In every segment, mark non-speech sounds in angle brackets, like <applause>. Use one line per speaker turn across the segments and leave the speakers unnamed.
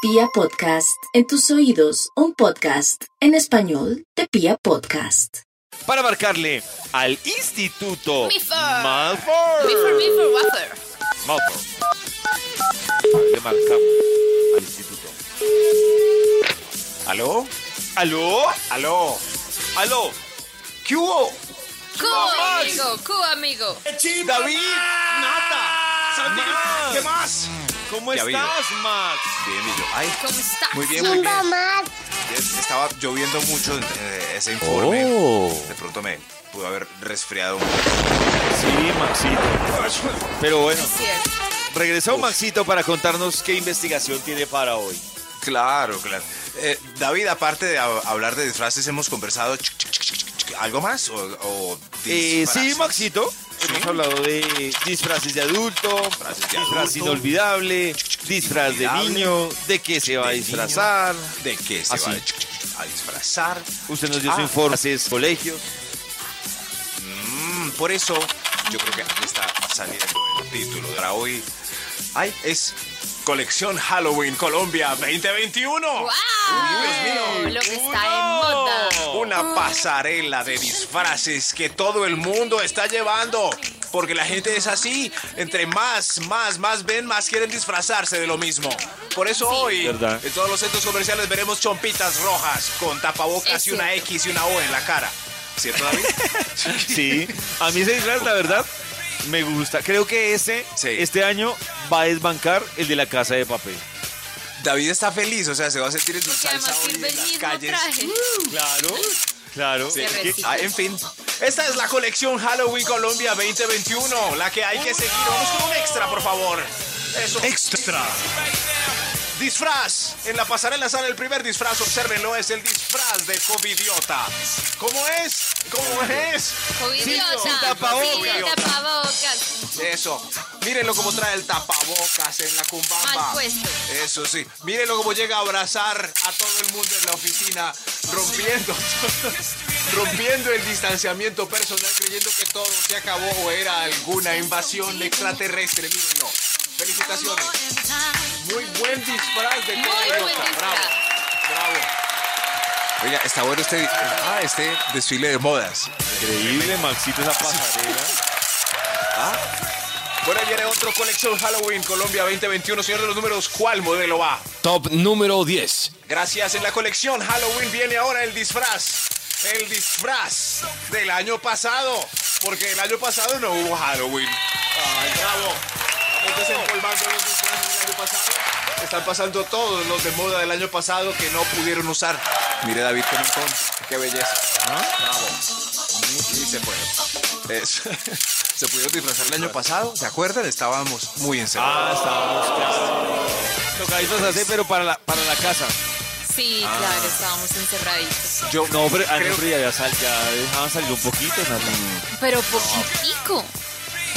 Pia Podcast, en tus oídos, un podcast en español de Pia Podcast.
para marcarle al Instituto
Mifor.
Malfour.
Before, before, wafer.
Malfour. Le marcamos al Instituto.
¿Aló?
¿Aló?
¿Aló?
¿Aló?
¿Qué hubo?
Q,
Vamos.
amigo, Q, amigo.
¡David! ¡Nata!
¡Ah! ¿Qué más?
¿Cómo
Ya
estás, Max?
Bien, bien, yo. Ay,
¿Cómo estás?
muy bien, muy bien. Es- Estaba lloviendo mucho eh, ese informe.
Oh.
De pronto me pudo haber resfriado. un poco.
Sí, Maxito. Pero bueno,
Cierto.
regresó Maxito para contarnos qué investigación tiene para hoy.
Claro, claro. Eh, David, aparte de hab- hablar de disfraces, hemos conversado ch- ch- ch- ch- ch- algo más o, o
Eh, sí,
disfraces?
Maxito. Hemos hablado de disfraces de adulto,
Disfraces de
disfraz
adulto.
inolvidable, disfraz de
Inolvidable.
niño, de qué se va a
De
disfrazar.
¿De qué se
Así.
va a ch- ch- ch- a disfrazar?
Usted nos dio su
Ah.
informe, haces
<laughs>
colegios.
Mm, por eso, yo creo que aquí está saliendo el título para hoy. Ay, es Colección Halloween Colombia 2021.
¡Wow! Lo que está en moda.
Una pasarela de disfraces que todo el mundo está llevando. Porque la gente es así. Entre más, más, más ven, más quieren disfrazarse de lo mismo. Por eso hoy,
Verdad.
en todos los centros comerciales veremos chompitas rojas con
Es
tapabocas y una
cierto.
X y una O en la cara. ¿Cierto, David?
Sí, a mí ese disfraz, la verdad, me gusta. Creo que ese,
Sí.
este año, va a desbancar el de la casa de papel.
<laughs> David está feliz, o sea, se va a sentir en su
Porque
salsa
además
hoy
sirve
en
el
las
mismo
calles.
traje.
Claro, claro.
Sí,
Se
es que-
recicla.
ah, en fin, esta es la colección Halloween Colombia 2021, la que hay que seguir. Vamos con un extra, por favor. Eso. Extra. Disfraz. En la pasarela sale el primer disfraz, obsérvenlo, es el disfraz de Covidiota. ¿Cómo es? ¿Cómo es?
Covidiota.
Sin tapabocas.
Sin tapabocas.
Eso. Mírenlo como trae el tapabocas en la cumbamba.
Mal puesto.
Eso sí. Mírenlo como llega a abrazar a todo el mundo en la oficina, rompiendo, <laughs> rompiendo el distanciamiento personal, creyendo que todo se acabó o era alguna invasión extraterrestre. Mírenlo. Felicitaciones. Muy buen disfraz de
Muy
Cora
buen
Roca.
disfraz.
Bravo. Bravo. Oiga, está bueno este, ah, este desfile de modas.
Increíble, Maxito, esa pasarela.
Bueno, viene otro colección Halloween Colombia 2021. Señor de los números, ¿cuál modelo va?
Top número 10.
Gracias. En la colección Halloween viene ahora el disfraz. El disfraz del año pasado. Porque el año pasado no hubo Halloween. Ay, bravo. Vamos desempolvando los disfraces del año pasado. Están pasando todos los de moda del año pasado que no pudieron usar. Mire David Comentón, qué belleza. Bravo. Y se fue. Es- <laughs> se pudieron disfrazar el año pasado, ¿se acuerdan? Estábamos muy
Ah,
encerrados.
estábamos claro. Toca disfrazarse, pero para la, para la casa.
Sí,
Ah.
claro, estábamos encerraditos.
Yo
No, pero, ah, no,
creo-
pero ya, ya sal- ya dejaban salir un poquito, Nata.
Pero poquitico.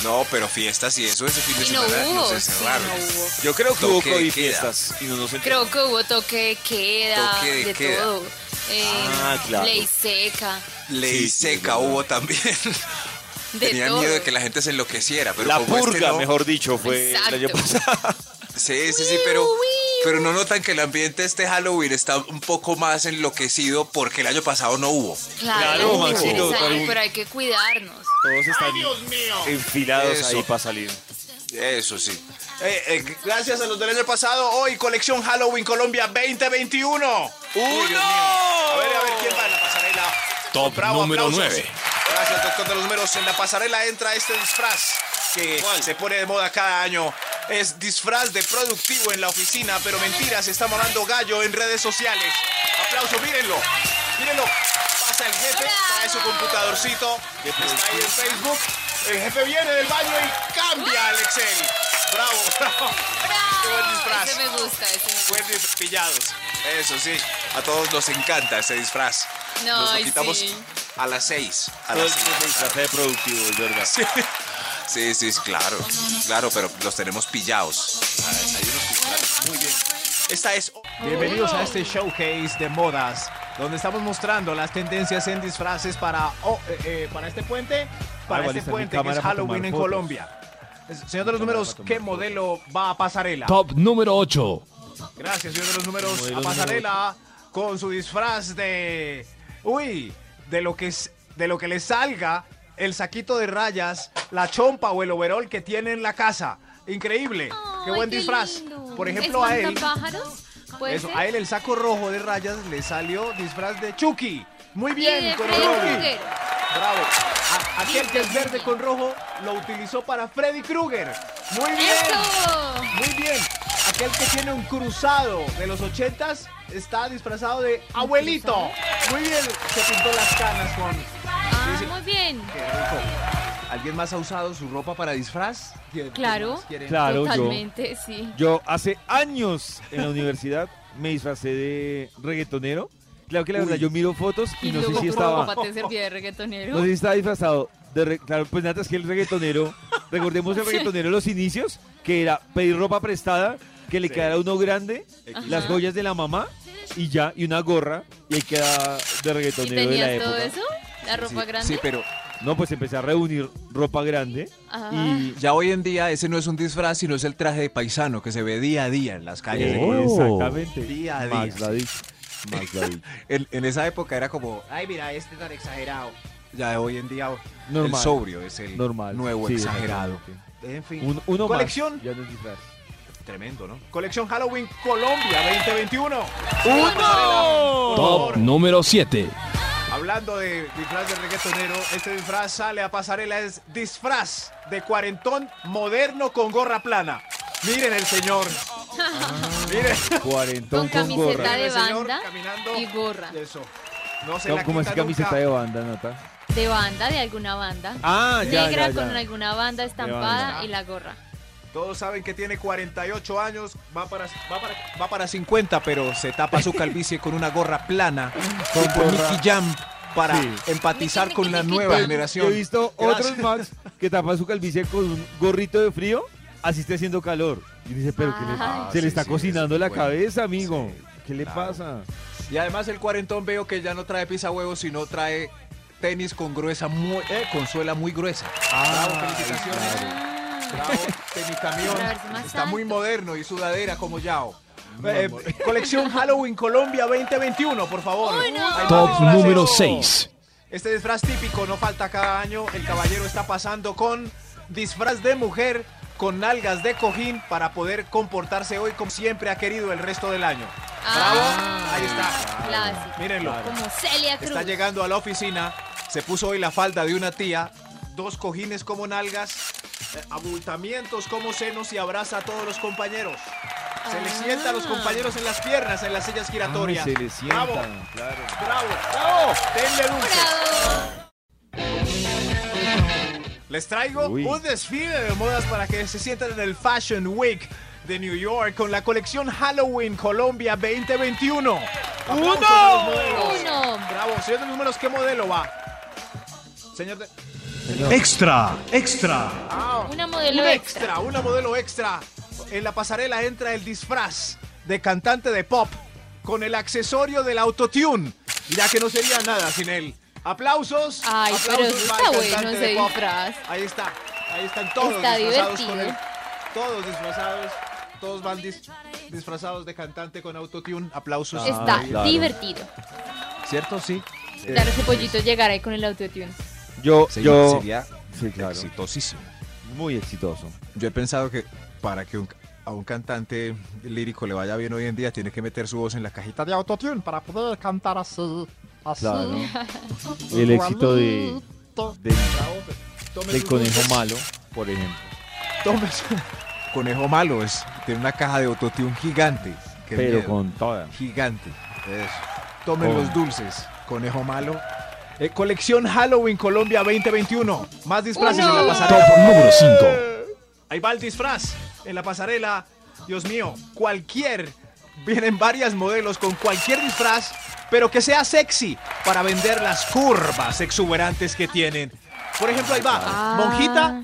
No, pero fiestas y eso ese fin de
Y no
semana
hubo.
nos
Sí,
encerraron.
no hubo.
Yo creo que
Toque
hubo
de
COVID
queda.
fiestas y no nos enteramos.
Creo que hubo toque de queda,
Toque de
de
queda.
todo. Eh,
Ah, claro.
Ley seca,
Ley
Sí, sí,
seca hubo también. <laughs>
de
Tenía
todo.
miedo de que la gente se enloqueciera, pero
La
como este
purga,
no-
mejor dicho, fue
Exacto.
el año pasado.
Sí, sí, sí, pero, pero no notan que el ambiente este Halloween está un poco más enloquecido porque el año pasado no hubo.
Claro,
Claro, hay que
Maxito,
salir,
claro.
pero hay que cuidarnos.
<laughs> Todos están enfilados ahí
Eso.
para salir.
Eso sí. Eh, eh, gracias a los del año pasado, hoy colección Halloween Colombia 2021. ¡Uy, Dios mío! A ver, a ver quién va en la pasarela.
Top
Bravo,
número
aplausos.
9.
Gracias, doctor de los números. En la pasarela entra este disfraz que se pone de moda cada año. Es disfraz de productivo en la oficina, pero mentira, se está morando gallo en redes sociales. Aplauso, mírenlo. Mírenlo. Pasa el jefe, trae su computadorcito, está ahí en Facebook. El jefe viene del baño y cambia al Excel. Bravo, <laughs> bravo. Qué buen
¡Bravo!
disfraz.
Ese me gusta, ese me gusta.
Buen disfraz, pillados. Eso sí, a todos nos encanta ese disfraz.
No,
nos lo
ay,
quitamos
sí.
a las seis. A
Todo el
las seis.
mundo se disfraza de productivo, es verdad.
Sí. Sí, sí, es claro. Claro, pero los tenemos pillados. Muy bien. Esta es.
Bienvenidos a este showcase de modas, donde estamos mostrando las tendencias en disfraces para, oh, eh, eh, para este puente, para
Ah, vale,
este
está mi
puente que
cámara
es
para
Halloween
tomar
en
fotos.
Colombia. Eh, Señor de los números, ¿qué modelo va a pasarela?
Top número 8.
Gracias, señor de los números. a pasarela con su disfraz de. Uy, de lo que es, de lo que le salga, el saquito de rayas, la chompa o el overol que tiene en la casa. Increíble. qué
Ay,
buen disfraz.
lindo.
Por
¿Es
ejemplo, a él.
espantapájaros? ¿Puede
eso,
ser?
a él el saco rojo de rayas le salió disfraz de Chucky. Muy
Y de
bien, con
Freddy
Robbie.
Krueger.
Bravo. A- aquel que es verde con rojo lo utilizó para Freddy Krueger. Muy bien.
¡Eso!
Muy bien. Aquel que tiene un cruzado de los ochentas está disfrazado de abuelito. Muy bien. Se pintó las canas con.
Ah,
Sí, sí.
muy bien.
Qué rico. ¿Alguien más ha usado su ropa para disfraz? ¿Quién- quién
Claro.
más quiere?
Claro, yo.
Totalmente, sí.
Yo hace años en la universidad me disfracé de reggaetonero. Claro que la verdad, yo miro fotos y, no sé
luego
si
tu
estaba.
papá te servía de reggaetonero.
No sé si estaba disfrazado de re- Claro, pues nada, es que el
<laughs>
reggaetonero. Recordemos el reggaetonero en los inicios, que era pedir ropa prestada, que le quedara uno grande, las joyas de la mamá y ya, y una gorra, y ahí queda de
¿Y
reggaetonero de la
tenías todo
época.
eso? ¿La ropa
Sí,
grande?
Sí, pero
No, pues empecé a reunir ropa grande
Ah.
y
ya hoy en día ese no es un disfraz, sino es el traje de paisano que se ve día a día en las
Ah,
calles.
Oh.
de Colombia.
Exactamente.
Día a
Max
día.
la dijo, Max la dijo.
En, en esa época era como, ay, mira, este tan exagerado. Ya hoy en día el
Normal.
sobrio es el
Normal.
nuevo
Sí,
exagerado.
exactamente.
En fin.
Un- uno más,
Colección.
ya no es disfraz.
Tremendo, ¿no? Colección Halloween Colombia 2021.
¡Uno!
Top número 7.
Hablando de disfraz de reggaetonero, este disfraz sale a pasarela, es disfraz de cuarentón moderno con gorra plana. Miren el señor. Miren.
Cuarentón con,
Con camiseta
gorra.
Ah. de
el señor
banda
caminando.
y gorra.
Eso. No se
No,
la
¿Cómo es
quita
camiseta
nunca.
de banda, Nata?
De banda, de alguna banda.
Ah, ya,
Negra
ya, ya.
con alguna banda estampada y la gorra.
Todos saben que tiene 48 años, va para, va para, va para 50, pero se tapa su calvicie con una gorra plana,
Con
tipo
gorra.
Nicky Jam, para
Sí.
empatizar
Nicky,
con
Nicky,
la
Nicky
nueva
Jam.
Yo
generación.
he visto
Gracias.
otros Max que tapan su calvicie con un gorrito de frío, así está haciendo calor. Y dice, pero que le-
Ah,
se
sí,
le está
sí,
cocinando
es
la
bueno.
cabeza, amigo.
Sí,
¿Qué le
claro.
pasa?
Y además el cuarentón veo que ya no trae pisa huevos, sino trae tenis con gruesa, muy, eh, con suela muy gruesa.
Ah,
Bravo, felicitaciones. Bravo, tenicamión.
Para verse más
Está muy
alto.
modernno y sudadera como Yao. Eh, colección Halloween Colombia 2021, por favor. Hay más
Top
disfraces.
número 6.
Este disfraz típico no falta cada año. El caballero está pasando con disfraz de mujer con nalgas de cojín para poder comportarse hoy como siempre ha querido el resto del año.
Ah,
Bravo, ahí está.
Clásico.
Mírenlo.
Como Celia Cruz.
Está llegando a la oficina, se puso hoy la falda de una tía, dos cojines como nalgas, eh, abultamientos como senos y abraza a todos los compañeros. Se le
Ah.
sienta a los compañeros en las piernas, en las sillas
Ay,
giratorias.
Ah, se le sienta.
Bravo, bravo, bravo. Denle dulce.
Bravo.
Les traigo
Uy.
un desfile de modas para que se sientan en el Fashion Week de New York con la colección Halloween Colombia 2021. ¡Uno!
Uno.
Bravo, señor de los números, ¿qué modelo va? Señor de...
Extra, extra.
Ah,
Una modelo
un
extra.
Una modelo extra. En la pasarela entra el disfraz de cantante de pop con el accesorio del autotune, ya que no sería nada sin él. Aplausos.
Ay, pero
aplausos
eso
para
está
el
bueno,
cantante
ese
de pop.
disfraz.
Ahí está, ahí están todos
Está
disfrazados con
divertido.
él. Todos disfrazados, todos van dis- disfrazados de cantante con autotune. Aplausos.
Está
claro.
divertido.
¿Cierto? Sí.
Claro, ese pollito llegará ahí con el autotune.
Yo,
Sí,
yo.
sería
Sí, claro.
exitosísimo.
Muy exitoso.
Yo he pensado que para que un- a un cantante lírico le vaya bien hoy en día, tiene que meter su voz en la cajita de autotune para poder cantar así. así.
Claro. <laughs> El éxito de, del,
Tome
del
sus
conejo
dulces,
malo, por ejemplo.
tome su- Conejo malo es, tiene una caja de autotune gigante. qué
Pero
miedo.
con toda.
Gigante. Eso. Tomen
Con-
los dulces, conejo malo. Eh, colección Halloween Colombia 2021. Más disfraces en la pasarela.
Top número 5.
Ahí va el disfraz en la pasarela. Dios mío, cualquier. Vienen varias modelos con cualquier disfraz, pero que sea sexy para vender las curvas exuberantes que tienen. Por ejemplo, ahí va,
Ah.
monjita,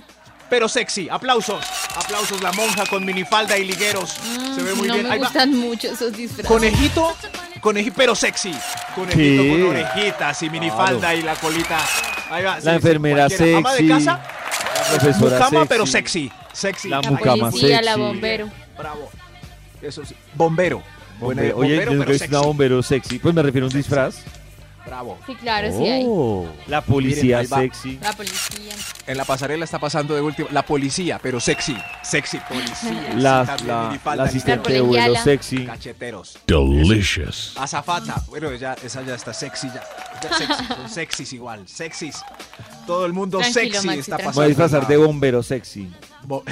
pero sexy. Aplausos. Aplausos, la monja con minifalda y ligueros. Se ve muy
Mm, no
bien.
me
Ahí va,
gustan mucho esos disfraces.
Conejito, conejito, pero sexy. Conejito
Sí.
con orejitas y minifalda
Claro.
y la colita. Ahí va,
enfermera
cualquiera. Ama de
sexy,
casa,
profesora
mucama,
sexy.
pero sexy. Sexy.
La
la
mucama
policía,
sexy.
la bombero.
Bravo.
Eso sí. Bombero. Buena idea.
Bombe- Oye,
bombero,
yo nunca
pero
he visto
sexy.
una bombero sexy. Pues me refiero a un disfraz.
Bravo.
Sí, claro, sí hay.
Oh, La
Miren,
policía
ahí va.
sexy.
La policía.
En la pasarela está pasando de último. La policía, pero sexy. Sexy policía.
La,
También
la-
minifalda,
la asistente
La
de vuelo
colegiala.
sexy.
Cacheteros.
Delicious.
Azafata. Bueno, ya, esa ya está sexy ya. Ya
<laughs>
sexy. Son sexys igual. Sexys. Todo el mundo
Tranquilo,
sexy
Maxi,
está
tranquilo.
Me voy a
pasando.
disfrazar de
la-
bombero sexy.
bo-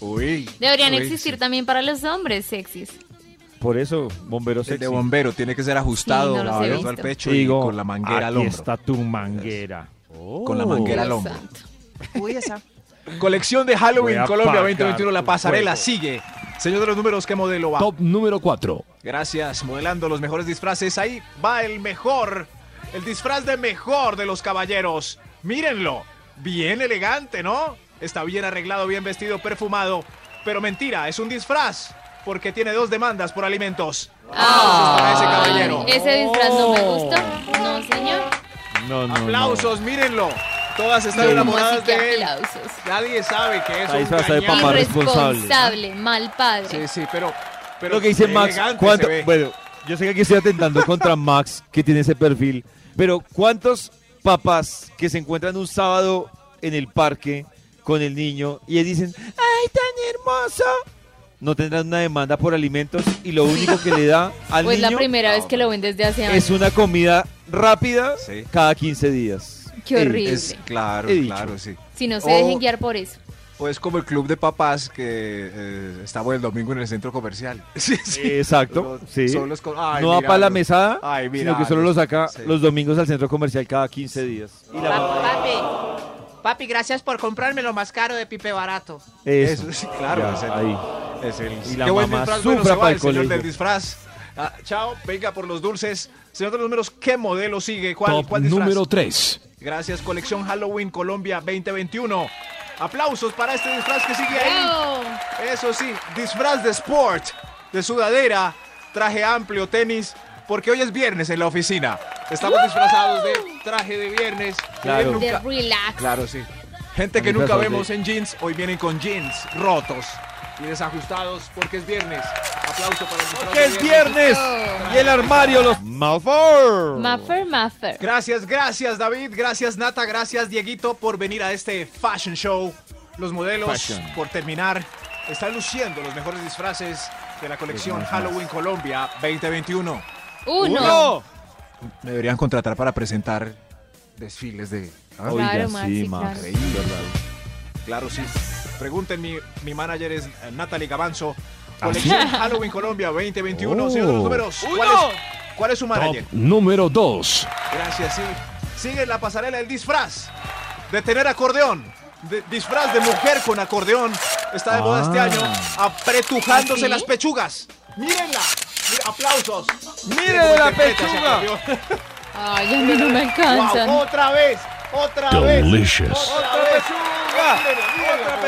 Uy.
Deberían
uy,
existir
sí.
también para los hombres sexys.
Por eso, bombero
El de
sexy.
bombero tiene que ser ajustado
Sí, no los he
abierto
visto.
al pecho y
Digo,
con la manguera al
aquí
hombro.
está tu manguera.
Con la manguera al
Dios
hombro.
santo.
Colección de Halloween
Voy a
Colombia
apagar
2021, la
tu
pasarela
fuego.
sigue. Señor de los números, ¿qué modelo va?
Top número 4.
Gracias, modelando los mejores disfraces. Ahí va el mejor, el disfraz de mejor de los caballeros. Mírenlo, bien elegante, ¿no? Está bien arreglado, bien vestido, perfumado. Pero mentira, es un disfraz, porque tiene dos demandas por alimentos. Aplausos para ese caballero.
Ese disfraz no me gustó. No, señor.
No, no, no.
Aplausos, mírenlo. Todas están
¿Cómo así
enamoradas
que
de él.
aplausos?
Nadie sabe que es
Está
un
disfrazado de
cañón.
papá responsable.
Irresponsable, mal padre.
Sí, sí, pero... pero
Lo que dice Max,
elegante
¿cuánto-
se ve.
bueno, yo sé que aquí estoy <laughs> atentando contra Max, que tiene ese perfil, pero ¿cuántos papás que se encuentran un sábado en el parque con el niño y le dicen, ¡ay, tan hermoso! No tendrán una demanda por alimentos y lo único que le da
<laughs>
al
Pues la
niño
primera vez que lo ven desde hace años.
es una comida rápida
Sí.
cada 15 días.
Qué
Ey,
horrible.
Es, claro,
He dicho.
claro, sí.
Si no se
Oh.
dejen guiar por eso.
O es como el club de papás que eh, estaba el domingo en el centro comercial. <laughs> Sí,
Exacto,
Los-
sí.
son los co- ay,
no va
mira,
para la
los-
mesada,
Ay, mira,
sino que solo lo saca
sí.
los domingos al centro comercial cada 15 días. Y la-
Papi, papi, gracias por comprarme lo más caro de Pipe Barato.
eso,
Eso sí, claro.
Ya,
es el-
ahí.
es el-
Y la
Qué buen
mamá
disfraz, bueno,
sufra
se
para
va
el
el señor
colegio.
del disfraz. Ah, chao, venga por los dulces. Señor de los números, ¿qué modelo sigue? ¿Cuál,
Top
cuál disfraz?
número 3.
Gracias, colección Halloween Colombia 2021. Aplausos para este disfraz que sigue ahí.
¡Bravo!
Eso sí, disfraz de sport, de sudadera, traje amplio, tenis, porque hoy es viernes en la oficina. Estamos disfrazados de traje de viernes.
Claro.
Nunca-
Oh. De relax.
claro, sí. Gente que
Están
nunca
disfrazados
vemos
de-
en jeans, hoy vienen con jeans rotos y desajustados porque es viernes. Aplauso para el disfraz
que
de
es viernes y el armario los Malfour.
Muffer, muffer.
Gracias, gracias David, gracias Nata, gracias Dieguito por venir a este fashion show. Los modelos
Fashion.
por terminar están luciendo los mejores disfraces de la colección Halloween Colombia 2021.
Uno.
Me deberían contratar para presentar desfiles de ¿ah?
Oiga, Claro,
sí,
Maxi,
Max.
claro.
Claro, sí. Pregunten, mi, mi manager es eh, Natalie Gabanzo.
¿Ah,
Colección Halloween Colombia 2021,
Oh.
señor de los números. ¿Cuál es, cuál es su
Top
manager?
número 2.
Gracias, sí. Sigue la pasarela del disfraz. De tener acordeón. De- disfraz de mujer con acordeón. Está de moda este
Ah.
año. Apretujándose
¿Ah, sí?
las pechugas. Mírenla. Mira, aplausos.
Miren
Qué
la
interpreta ese
pechuga.
acordeón.
Ay, a mí no me alcanzan.
Guau, otra vez. Otra
Delicious.
vez. Otra vez.
pechuga.
Mírenla, mírenla
Otra
cómo-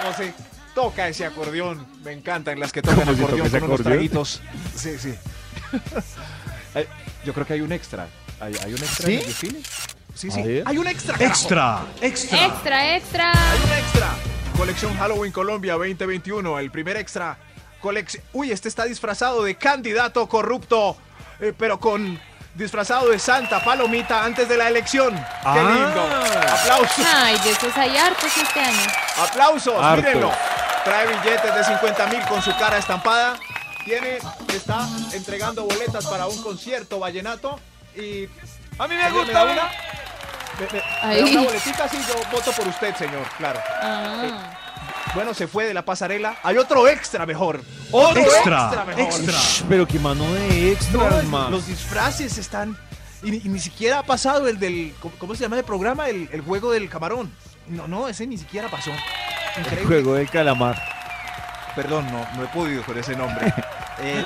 pechuga.
cómo se toca ese acordeón. Me encantan las que tocan
¿Cómo se toca
acordeón
ese
con unos
acordeón?
traguitos. Sí, <laughs> sí. Ay, Yo creo que hay un extra. ¿Hay, hay un extra
¿Sí?
en el desfile? Sí, sí.
A ver.
Hay un extra. carajo.
Extra, extra.
Extra, extra.
Hay un extra. Colección Halloween Colombia 2021. El primer extra. Colec- Uy, este está disfrazado de candidato corrupto. eh, pero con. Disfrazado de Santa Palomita antes de la elección. ¡Qué lindo! ¡Aplausos!
Ay, de esos hay hartos este año.
¡Aplausos!
Harto.
Mírenlo. Trae billetes de 50 mil con su cara estampada. Tiene, está entregando boletas para un concierto vallenato. Y. A mí me gusta una. Me- me- me
Ay.
da una boletita así, yo voto por usted, señor, claro.
Ah.
Bueno, se fue de la pasarela. Hay otro extra mejor. Otro
Extra,
mejor.
extra.
Shh, Pero que mano de
No,
extras,
es-
Max.
los disfraces están. Y, ni- y ni siquiera ha pasado el del. ¿cómo- ¿Cómo se llama el programa? El, el juego del camarón. No, no, ese ni siquiera pasó.
El
Increíble.
juego del calamar.
Perdón, no, no he podido con ese nombre. Eh,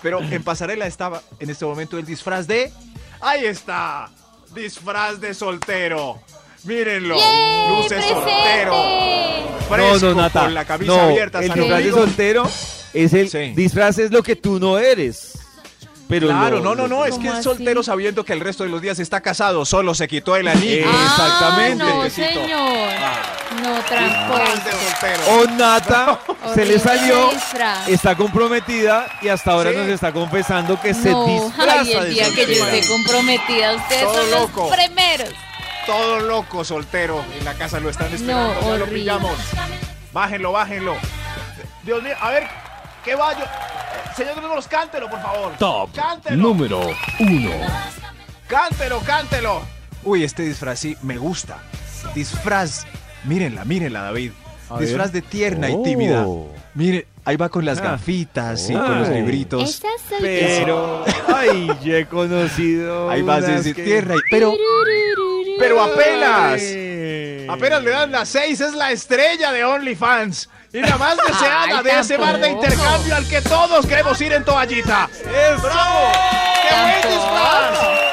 pero en pasarela estaba en este momento el disfraz de. ¡Ahí está! Disfraz de soltero. Mírenlo.
¡Yay,
Luces soltero.
presente!
Fresco,
no, no, Nata.
Con la camisa
no,
abierta.
el
San
disfraz de
Domingo.
soltero es el
Sí.
disfraz es lo que tú no eres. pero
Claro,
lo-
no, no, no, es que
¿Cómo
es soltero
así?
sabiendo que el resto de los días está casado, solo se quitó el anillo.
Eh, Exactamente.
Ah, no,
Besito.
señor. No,
Ah. Grande
tramposo.
soltero.
O Oh,
<laughs>
Nata se le
Horrible
salió,
disfraz.
está comprometida y hasta ahora
Sí.
nos está confesando que se
no,
disfraza
ay, el
de
día que yo
soltera.
esté comprometida, ustedes
Todo
son
loco.
los primeros.
Todo loco soltero. En la casa lo están esperando.
No,
ya lo
horrible.
pillamos.
Bájenlo, bájenlo. Dios mío, a ver, ¿qué va yo? Señor de los números, cántelo, por favor.
Top
cántelo,
número 1.
cántelo, cántelo. Uy, este disfraz sí me gusta. Disfraz, mírenla, mírenla, David.
A
disfraz
ver.
de tierna
Oh.
y tímida. Mire, ahí va con las
Ah.
gafitas y con los
Oh.
libritos.
Pero, ay, yo he conocido.
Ahí va
unas
desde
que-
tierna y... Pero, pero apenas.
Ay.
Apenas le dan las seis, es la estrella de OnlyFans. Y la más deseada
Ay,
de ese bar de
tampoco.
intercambio al que todos queremos ir en toallita. ¡Bravo! ¡Qué buen
Tampoco.
disfraz!